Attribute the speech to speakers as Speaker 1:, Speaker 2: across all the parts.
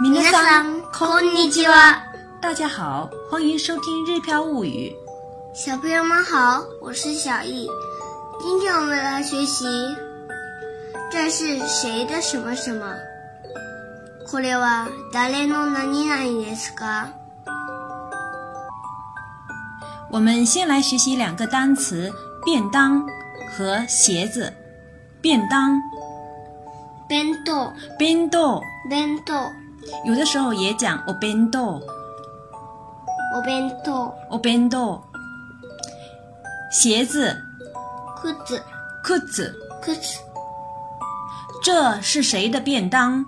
Speaker 1: 皆さんこんにちは，
Speaker 2: 大家好，欢迎收听《日飘物语
Speaker 1: 小朋友们好，我是小易。今天我们来学习这是谁的什么什么。これは誰の何々ですか？》。
Speaker 2: 我们先来学习两个单词：便当和鞋子。便当
Speaker 1: 弁当、
Speaker 2: 弁当，
Speaker 1: 弁当、
Speaker 2: 有的时候也讲お弁当
Speaker 1: お弁当、
Speaker 2: お弁当。鞋子
Speaker 1: 靴、
Speaker 2: 靴，
Speaker 1: 靴。
Speaker 2: 这是谁的便当？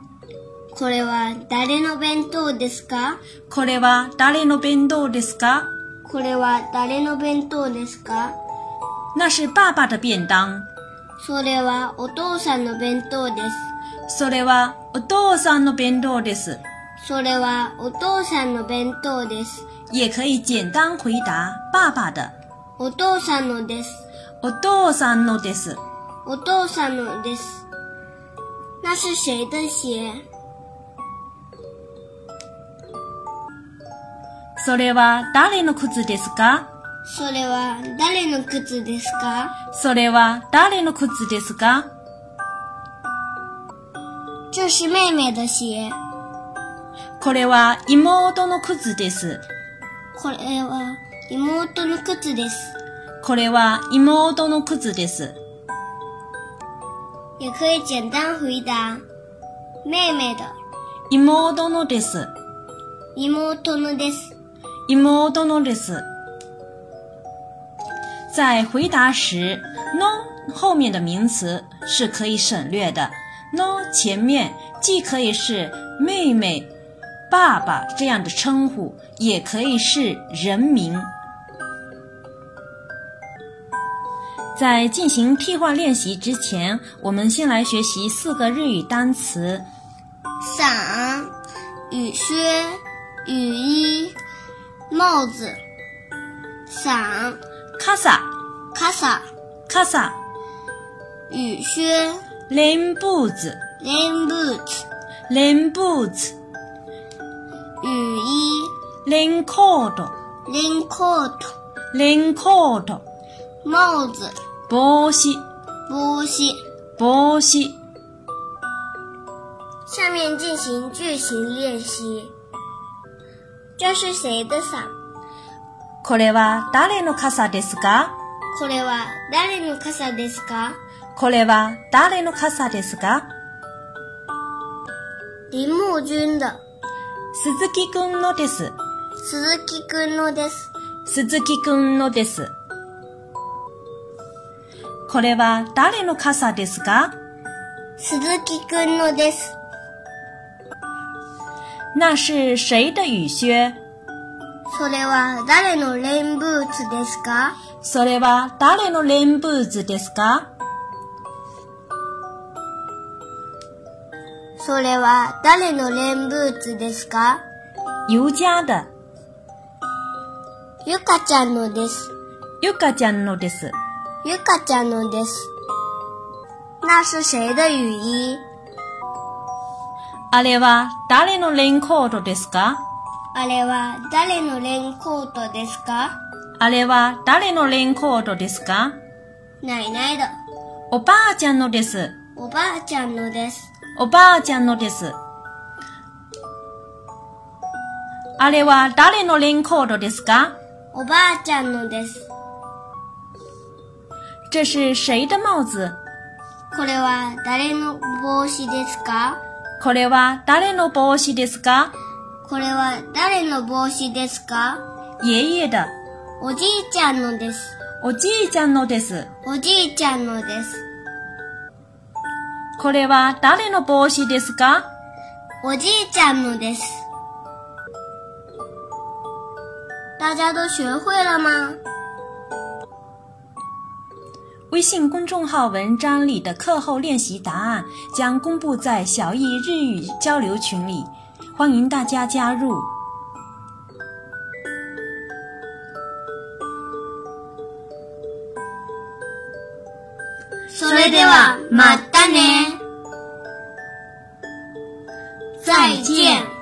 Speaker 1: これは誰の弁当ですか？
Speaker 2: これは誰の弁当ですか？
Speaker 1: これは誰の弁当ですか？
Speaker 2: 那是爸爸的便当。
Speaker 1: それはお父さんの弁当で
Speaker 2: それはお父さんの弁当です。
Speaker 1: す。それはお父さんの弁当です。
Speaker 2: 也可以简单回答爸爸的。
Speaker 1: お父さんのです。
Speaker 2: お父さんのです。
Speaker 1: お父さんのです。那是谁的鞋？
Speaker 2: それは誰の靴ですか
Speaker 1: それは誰の靴ですか？
Speaker 2: それは誰の靴ですか
Speaker 1: 这是妹妹的鞋。
Speaker 2: これは妹の靴です。
Speaker 1: これは妹の靴です。
Speaker 2: これは妹の靴です。
Speaker 1: 也可以简单回答。妹妹的、
Speaker 2: 妹のです。
Speaker 1: 妹のです。
Speaker 2: 妹のです。在回答时，no 后面的名词是可以省略的，no 前面既可以是妹妹、爸爸这样的称呼，也可以是人名。在进行替换练习之前，我们先来学习四个日语单词：
Speaker 1: 伞、雨靴、雨衣、帽子。伞、
Speaker 2: 傘、
Speaker 1: 傘、
Speaker 2: 傘、
Speaker 1: 雨靴、
Speaker 2: レインブーツ、
Speaker 1: レインブーツ、
Speaker 2: レインブーツ、
Speaker 1: 雨衣、
Speaker 2: レインコート。
Speaker 1: レインコート、
Speaker 2: レインコート、
Speaker 1: 帽子、
Speaker 2: 帽子、
Speaker 1: 帽子。
Speaker 2: 帽子。
Speaker 1: 下面进行句型练习。这是谁的伞？
Speaker 2: これは誰の傘ですか
Speaker 1: これは誰の傘ですか？
Speaker 2: これは誰の傘ですか
Speaker 1: 林木君的。
Speaker 2: 鈴木くんのです。
Speaker 1: 鈴木くんのです。
Speaker 2: 鈴木くんのです。これは誰の傘ですか
Speaker 1: 鈴木くんのです。
Speaker 2: 那是谁的雨靴
Speaker 1: それは誰のレインブーツですか
Speaker 2: それは誰のレインブーツですか
Speaker 1: それは誰のレインブーツですか
Speaker 2: ゆうちゃんだ。
Speaker 1: ゆかちゃんのです。
Speaker 2: ゆかちゃんのです。
Speaker 1: ゆかちゃんのです。那是谁的雨衣
Speaker 2: あれは誰のレインコートですか
Speaker 1: あれは誰のレインコートですか
Speaker 2: あれは誰のレインコートですか
Speaker 1: ないないだ。
Speaker 2: おばあちゃんのです。
Speaker 1: おばあちゃんのです。
Speaker 2: おばあちゃんのです。あれは誰のレインコートですか
Speaker 1: おばあちゃんのです。
Speaker 2: 这是谁的帽子
Speaker 1: これは誰の帽子ですか
Speaker 2: これは誰の帽子ですか
Speaker 1: これは誰の帽子ですか
Speaker 2: 爷爷的。
Speaker 1: おじいちゃんのです。
Speaker 2: おじいちゃんのです。
Speaker 1: おじいちゃんのです。
Speaker 2: これは誰の帽子ですか
Speaker 1: おじいちゃんのです。大家都学会了吗？
Speaker 2: 微信公众号文章里的课后练习答案将公布在小易日语交流群里，欢迎大家加入。
Speaker 1: それではまたね。再见。